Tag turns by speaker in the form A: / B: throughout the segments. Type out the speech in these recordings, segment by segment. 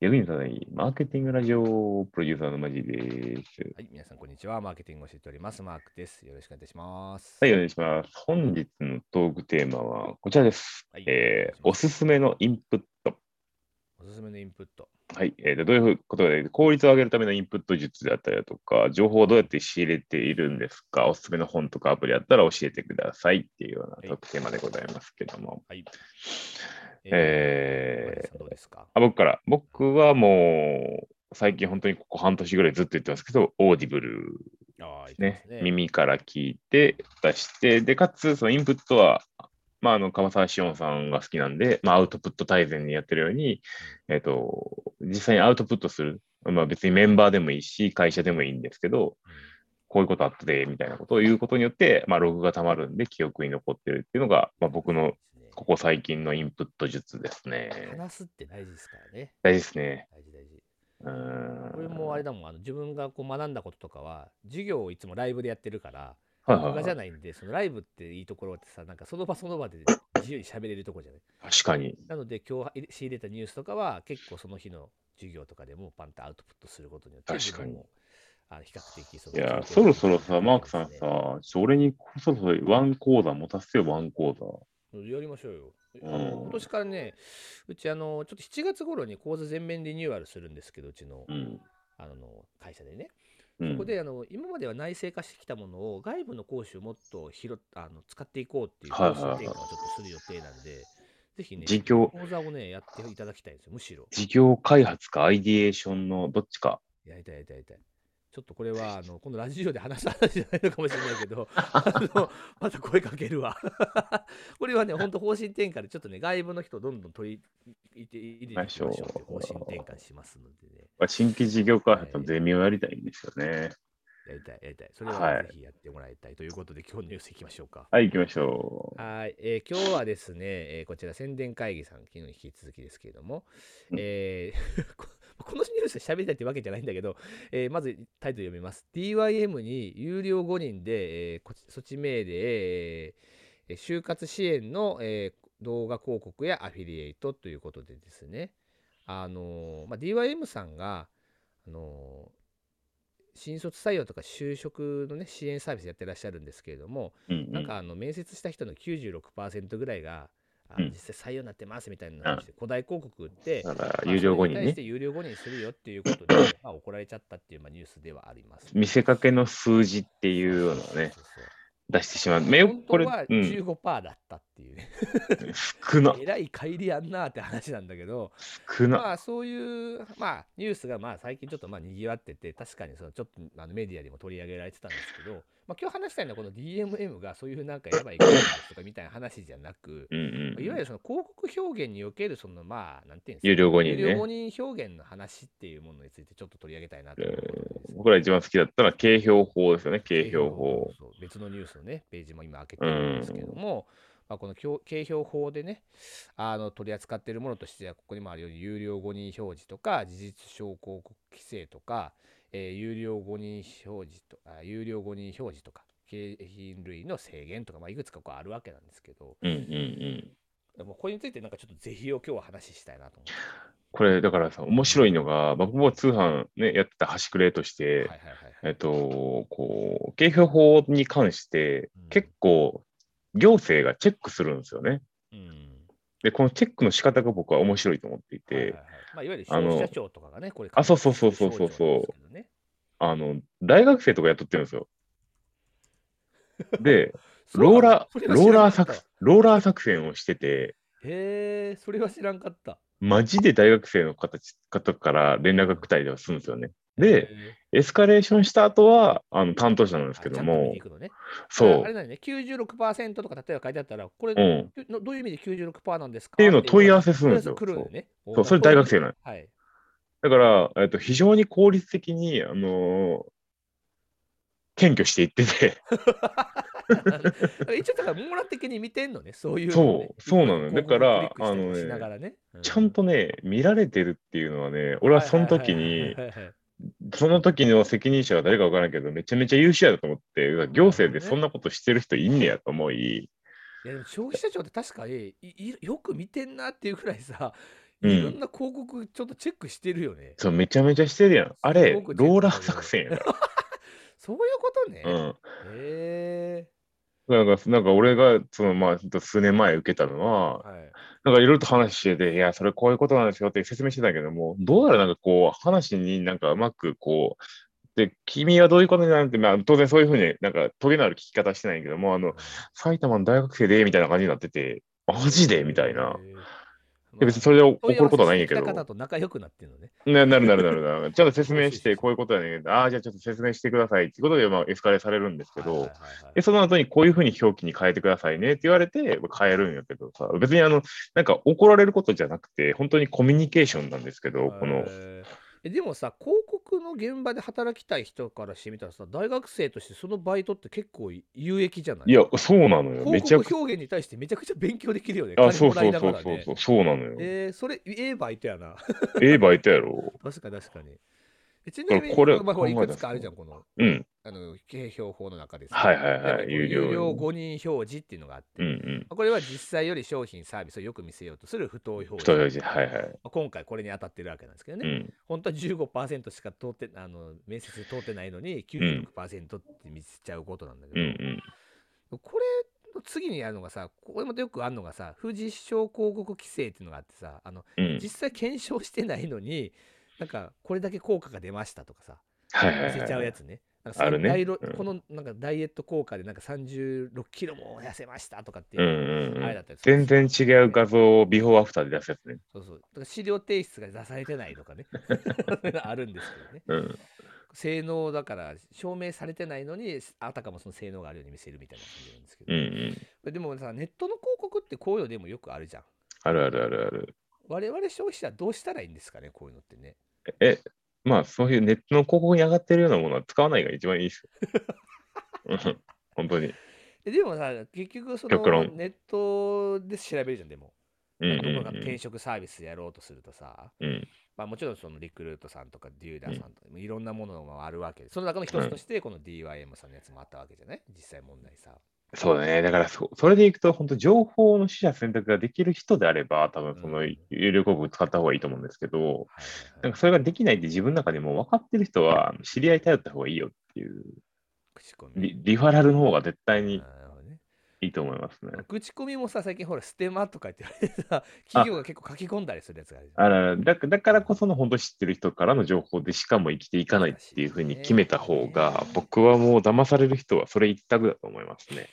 A: 役に立たないマーケティングラジオプロデューサーのマジです。
B: はい、皆さん、こんにちは。マーケティングを教えております。マークです。よろしくお願いいたします。
A: はい、お願いします。本日のトークテーマはこちらです。
B: はい
A: えーおすすめのインプット。
B: おすすめのインプット。
A: はい、えーとどういうことで効率を上げるためのインプット術であったりだとか、情報をどうやって仕入れているんですか、おすすめの本とかアプリあったら教えてくださいっていうようなトークテーマでございますけども。
B: はい。
A: えー
B: マリさんどうですか
A: あ僕から、僕はもう最近本当にここ半年ぐらいずっと言ってますけど、オーディブル
B: ああ、いいで
A: ね
B: すね。
A: 耳から聞いて出して、で、かつそのインプットは、まあ、あの、川沢志音さんが好きなんで、まあ、アウトプット大全にやってるように、えっ、と、実際にアウトプットする。まあ、別にメンバーでもいいし、会社でもいいんですけど、こういうことあったで、みたいなことを言うことによって、まあ、ログが溜まるんで、記憶に残ってるっていうのが、まあ、僕のここ最近のインプット術ですね。
B: 話すって大事ですからね。
A: 大事ですね。
B: 大事大事。
A: うーん。
B: これもあれだもん、あの自分がこう学んだこととかは、授業をいつもライブでやってるから、
A: はいはい
B: 動
A: は
B: 画
A: い
B: じゃないんで、そのライブっていいところってさ、なんかその場その場で自由に喋れるところじゃない。
A: 確かに。
B: なので、今日仕入れたニュースとかは、結構その日の授業とかでもパンとアウトプットすることによって、
A: 確かに
B: 自分もあの比較的その
A: いや
B: 経験、
A: そろそろさ、マークさん
B: で
A: さ、
B: す
A: ち
B: ね
A: ょ俺にこそそワン講座持たせてよ、ワン講座。
B: やりましょうよ。あ
A: うん
B: の今年からね、うちあの、ちょっと7月頃に講座全面リニューアルするんですけど、うちの
A: うん。
B: あの会社でね。
A: うん
B: そこであの今までは内製化してきたものを外部の講師をもっと拾っあの使っていこうっていう
A: はい
B: 方
A: はいはい
B: 針転換をちょっとする予定なんで、ぜひね、
A: 自供
B: 講座をね、やっていただきたいんですよ、むしろ。
A: 事業開発かアイディエーションのどっちか。
B: やりたいやりたいやりたい。ちょっとこれ は、あの、今度ラジオで話した話じゃないのかもしれないけ ど、あの、また声かけるわ。 これはね、本当方針転換で、ちょっとね、外部の人をどんどん取り入れて入れていきましょうっていう方針転換しますのでね、
A: まあ新規事業開発のゼミをやりたいんですよね。
B: やりたい、やりたい。それ
A: は
B: はいぜひやってもらいたいということで、今日のニュースいきましょうか。
A: はい、行きましょう。
B: はい、えー今日はですね、えーこちら宣伝会議さん、昨日に引き続きですけれども、
A: うん
B: えー ここのニュースで喋りたいってわけじゃないんだけど、えーまずタイトル読みます。DYM に有料5人で、えーこ措置命令、えー就活支援の、えー動画広告やアフィリエイトということでですね、あのーまあ、DYM さんが、あのー新卒採用とか就職の、ね、支援サービスやってらっしゃるんですけれども、
A: うんう
B: なんかあの面接した人の96%ぐらいが、あ
A: うん
B: 実際採用になってますみたいな話で、古代広告って、
A: だから、
B: まあ
A: 有料後に
B: それ
A: ね
B: 対して、有料後にするよっていうことで、まあ、怒られちゃったっていう、まあ、ニュースではあります。
A: 見せかけの数字っていうようなのをね、
B: そうそう
A: 出してしまう。め
B: そ
A: よ
B: う。本当
A: これ、
B: は
A: うん、
B: 15%だったっていうね、
A: 少な、
B: えらい乖離やんなって話なんだけど、
A: 少な。
B: まあそういう、まあ、ニュースがまあ最近ちょっとまあにぎわってて、確かにそのちょっとあのメディアでも取り上げられてたんですけど、まあ今日話したいのはこの DMM がそういうなんかやばいことですとかみたいな話じゃなく、
A: うんう
B: いわゆ
A: ん、
B: るその広告表現におけるそのまあなんていうんですか
A: 有料後
B: 有
A: に
B: 料
A: ね
B: 誤。認表現の話っていうものについてちょっと取り上げたいなと
A: え
B: 思う
A: ー僕ら一番好きだったのは、形表法ですよね、形表法。
B: そう別のニュースのねページも今開けてるんですけども、まあ、この表景表法でねあの取り扱っているものとしてはここにもあるように有料誤認表示とか事実証広告規制とか、えー有料誤認表示とか有料誤認表示とか景品類の制限とか、まあ、いくつかこうあるわけなんですけど
A: うんうんうん。
B: もうこれについてなんかちょっと是非を今日は話したいなと思って。
A: これだからさ、面白いのが、まあ僕も通販ね、やってた端くれとして、
B: はいはいはいはい
A: えっと、こう、景品法に関して
B: うん、
A: 結構、行政がチェックするんですよね。
B: うん
A: で、このチェックの仕方が僕は面白いと思っていて、
B: はいはいはいまあ、いわゆる
A: あの
B: 消費者庁とかがね、これ、
A: あそうそうそうそうそうそう
B: 消費者庁なんです
A: あの、大学生とか雇ってるんですよ。で、
B: けどね
A: ローラ
B: そう
A: ー、
B: な
A: ロ
B: の
A: ーラー作
B: それは知らなかっ
A: 戦、ローラー作戦をしてて、
B: たへえ、それは知らんかった。
A: マジで大学生の方方から連絡が来たりとかするんですよね。
B: へ
A: で、
B: え、
A: エスカレーションした後は、あの、担当者なんですけど
B: あちゃんと見
A: も
B: に、行くのね、
A: そう
B: ああれ。だよね、96%とか例えば書いてあったら、これ、
A: うん。っ
B: のどういう意味で96%なんですかって
A: いうのを問い合わ
B: せ
A: せするんですよ。
B: 来るのね。
A: そうそうそれ大学生なの。
B: はい。
A: だから、えっと、非常に効率的に、あのー検挙していってて、
B: 一応、だから、網羅的に見てんのね、そういうのをね、
A: そうそうなのよだから
B: 広告をクリックしたりしながらね、う
A: ちゃんとね、見られてるっていうのはね、俺はその時
B: はい
A: に、
B: はいはいはいはい
A: その時の責任者が誰かわからないけど、めちゃめちゃ優秀やと思って、行政でそんなことしてる人いんねやと思い、
B: いやでも消費者庁って確かにいいよく見てんなっていうくらいさ
A: う
B: いろん
A: ん。
B: な広告ちょっとチェックしてるよね。
A: そう、めちゃめちゃしてるやん。あ
B: す
A: れ、
B: ごく
A: ローラー作戦やか
B: そういうことね。
A: ら。うん。
B: へえ
A: なんか、なんか俺が、その、まあ、数年前受けたのは、
B: はい。
A: なんかいろいろと話してて、いや、それこういうことなんですよって説明してたけども、どうやらなんかこう、話になんかうまくこう、で、君はどういうことになるって、まあ、当然そういうふうになんか、トゲのある聞き方してないけども、あの、埼玉の大学生で、みたいな感じになってて、マジでみたいな。
B: へえ。
A: いや別にそれで怒
B: 問い合
A: る
B: わせ
A: ことはないんや
B: して
A: け
B: き
A: ど。
B: た方と仲良くなってるのね。
A: ななるなるなるなる。ちゃんと説明し
B: そうそうそう
A: て、こういうことやねんけど、ああ、じゃあちょっと説明してくださいっていうことで、まあ、エスカレートされるんですけ
B: はいはい
A: ど、
B: はいはい
A: で、その後にこういうふうに表記に変えてくださいねって言われて、変えるんやけどさ、別にあの、なんか怒られることじゃなくて、本当にコミュニケーションなんですけど、この、
B: へええでもさ広告の現場で働きたい人からしてみたらさ大学生としてそのバイトって結構有益じゃない
A: いや、そうなのよ。め
B: 広
A: ちゃくち
B: 告表現に対してめちゃくちゃ勉強できるよね。
A: ゃ、あ、
B: 金
A: そ
B: も
A: う
B: ら
A: そ
B: いうな
A: そ
B: が
A: う
B: ら
A: そう
B: ね
A: そう、そうなのよ。
B: えー、それ、ええバイトやな。
A: ええバイトやろ。
B: 確かに確かに。えちなみに、
A: これ
B: の場合ほらい
A: 考えたんですよ
B: くつかあるじゃん、この、
A: うん。
B: あの、景評法の中です、
A: はいはいはい
B: でこう
A: 有料
B: 有料5人表示っていうのがあって、
A: うんうん。
B: これは実際より商品、サービスをよく見せようとする不当表示。
A: 太い字、はいはい。
B: まあ今回これに当たってるわけなんですけど
A: う
B: ね。
A: ん。
B: 本当は15%しか通って、あの、面接で通ってないのに、96%って見せちゃうことなんだけ
A: う
B: ど、
A: んうん。
B: これの次にやるのがさ、これもよくあるのがさ、不実証広告規制っていうのがあってさ、あの
A: うん。
B: 実際検証してないのに、 なんかこれだけ効果が出ましたとかさ、
A: はいはい
B: 見せ
A: は
B: ちゃう
A: い
B: や。つね。なんかさ
A: あるね
B: ダイロ
A: うん
B: このなんかダイエット効果でなんか36キロも痩せましたとかってい
A: うん
B: う、
A: うん
B: あ
A: う
B: れだ
A: ん。
B: ったりする
A: 全然違う画像をビフォーアフターで出すやつね。
B: そうそう。だから資料提出が出されてないとかね。 あるんですけどね。
A: うん。
B: 性能だから証明されてないのに、あたかもその性能があるように見せるみたいな感じなんですけ
A: う
B: ど
A: んう。ん。
B: でもさ、ネットの広告ってこういうのでもよくあるじゃん。
A: あるあるあるある。
B: 我々消費者はどうしたらいいんですかね、こういうのってね。
A: え、まあ、そういうネットの広告に上がってるようなものは使わないが一番いいですよ。 うん本当に。
B: えでもさ、結局その
A: 極論
B: ネットで調べるじゃん、でも。
A: うん
B: ど
A: う
B: こ
A: ん
B: か
A: うん
B: 転職サービスやろうとするとさ、
A: うん
B: まあ、もちろんそのリクルートさんとかデューダーさんとか、いろんなものがあるわけで、その中の一つとして、この DYM さんのやつもあったわけじゃない実際問題さ。
A: そうだね。だからそ、それでいくと、本当情報の取捨選択ができる人であれば、多分その
B: うん
A: 有料広告使った方がいいと思うんですけど、
B: はいはい
A: な
B: は
A: ん
B: い
A: かそれができないって自分の中でもう分かってる人は、知り合い頼った方がいいよっていう、
B: 口コミ。
A: リリファラルの方が絶対に
B: なるほどね
A: いいと思いますね。
B: 口コミもさ、最近ほら、ステマとかって言われ てさ、企業が結構書き込んだりするやつがあるじゃん。
A: あらだだからこその本当知ってる人からの情報でしかも生きていかないっていうふうに決めた方が、僕はもう騙される人はそれ一択だと思いますね。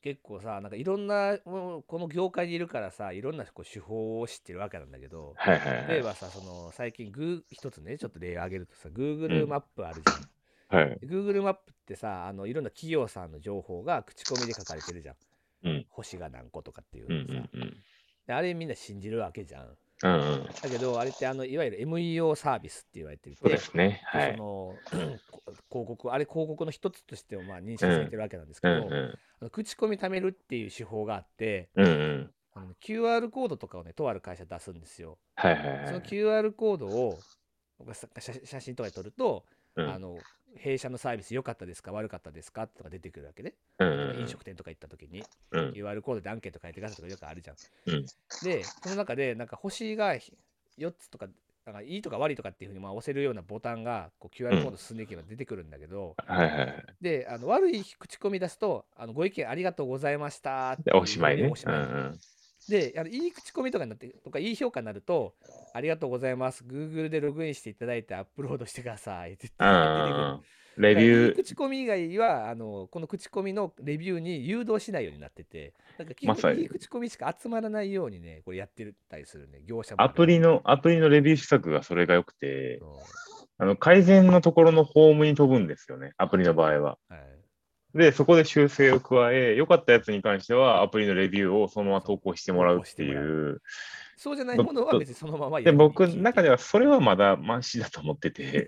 B: 結構さなんかいろんなもうこの業界にいるからさいろんなこう手法を知ってるわけなんだけど
A: はいはいは
B: 例え
A: い。
B: ばさその最近グー一つねちょっと例を挙げるとさ
A: う
B: Google
A: ん
B: マップあるじゃ
A: は
B: ん、
A: い、
B: Google マップってさあのいろんな企業さんの情報が口コミで書かれてるじゃん、
A: うん
B: 星が何個とかっていう
A: うんう
B: のさ、
A: んうん。
B: であれみんな信じるわけじゃん
A: うんうん。
B: だけどあれってあのいわゆる MEO サービスって言われてる
A: そうですね。は
B: そ
A: い。
B: の こ広告あれ広告の一つとしてもまあ認識されてるわけなんですけ
A: うん
B: ど、
A: う
B: あの口コミ貯めるっていう手法があって、
A: ん。うんうん。
B: あの QR コードとかをね、とある会社出すんですよ。
A: はいはいは
B: その
A: い。
B: QR コードを僕がさ写写真とかで撮ると、
A: うん
B: あの弊社のサービス良かったですか悪かったですかとか出てくるわけね。
A: うん
B: 飲食店とか行った時に
A: うん
B: QR コードでアンケート書いてくださいとかよくあるじゃん。
A: うん
B: で、その中でなんか星が4つとか、なんかいいとか悪いとかっていうふうにまあ押せるようなボタンがこう QR コード進んでいけば出てくるんだけど、
A: はいはいはい。
B: であの悪い口コミ出すとあのご意見ありがとうございましたって
A: で、おしまいね。
B: おしまいなので、あのいい口コミとかになって、とかいい評価になると、ありがとうございます。Google でログインしていただいてアップロードしてください。って
A: う
B: 言
A: んう
B: って
A: んうん
B: 出てくる
A: うん。レビ
B: だからい
A: ュ
B: い口コミ以外はあの、この口コミのレビューに誘導しないようになってて、なんか基
A: まさ
B: 本
A: に
B: いい口コミしか集まらないようにね、これやってたりするね、業者
A: ー、アプリ
B: の。
A: の、アプリのレビュー施策がそれが良くて、
B: そう
A: あの改善のところのホームに飛ぶんですよね、アプリの場合は。
B: はい
A: で、そこで修正を加え、良かったやつに関しては、アプリのレビューをそのまま投稿してもらうっていう。
B: そうじゃないものは別にそのままや
A: で、
B: る
A: 僕の中で
B: は、
A: は、それはまだマシだと思ってて、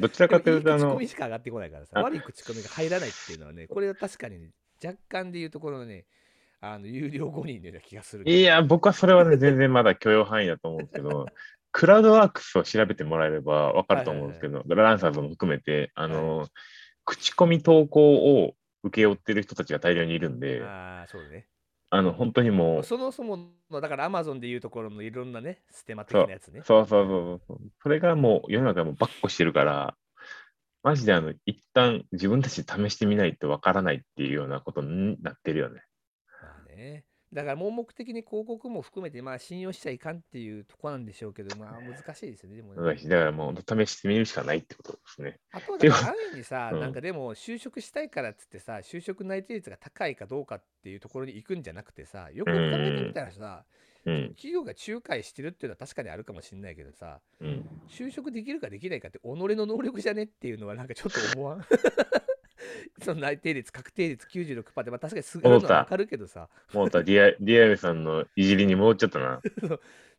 A: どちら
B: で
A: か
B: も
A: とい
B: いうい
A: と、あ
B: 口コ
A: の
B: ミ、しか上がってこないからさ、
A: あ
B: 悪い口コミが入らないっていうのはね、これは確かにね、若干でいうところのね、あの有料5人のような気がするね、
A: いや、僕はそれはね、全然まだ許容範囲だと思うんですけど、クラウドワークスを調べてもらえれば分かると思うんですけど、ランサーズも含めて、あの、口コミ投稿を請け負ってる人たちが大量にいるんで、
B: ああ、そうだね。
A: あの、本当にもう、
B: そもそもの、だからアマゾンでいうところのいろんなね、ステマ的なやつね。
A: そうそうそうそう。それがもう世の中もうばっこしてるから、マジであの、一旦自分たちで試してみないとわからないっていうようなことになってるよね。
B: まあね、だから盲目的に広告も含めて、まあ信用しちゃいかんっていうとこなんでしょうけど、まあ難しいですよね。でも
A: だ
B: ね
A: からもう試してみるしかないってことですね。
B: あとは
A: て
B: だ
A: か
B: から安易にさ、
A: うん
B: なんかでも就職したいからっつってさ、就職内定率が高いかどうかっていうところに行くんじゃなくてさ、よくよく考えてみたらさ、
A: うん。
B: 企業が仲介してるっていうのは確かにあるかもしれないけどさ、
A: うん、
B: 就職できるかできないかって己の能力じゃねっていうのはなんかちょっと思わん。 その内定率、確定率96%で、まあ、確かにすぐるのはわかるけどさ、
A: もうたディア、ディアルさんのいじりに戻っちゃったな。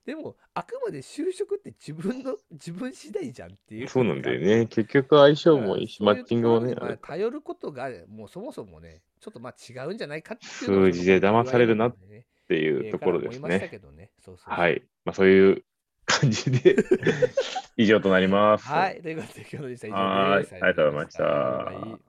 B: でもあくまで就職って自分の自分次第じゃんっていう。
A: そうなんだよね。結局相性もいいし、
B: だ
A: マ
B: から
A: ッチングも
B: そうい
A: ね
B: うと。ころにまあ頼ることがもうそもそもね、ちょっとまあ違うんじゃないかっていうのが
A: 数字で騙されるなっ
B: ね
A: っていうところです
B: えーから思いました
A: ね。
B: けどね。そうそうそう
A: はい。まあそういう感じ で以上となります。
B: はい。ということで、今日の実際以上
A: は
B: で
A: い
B: す。
A: ありがとうございました
B: はい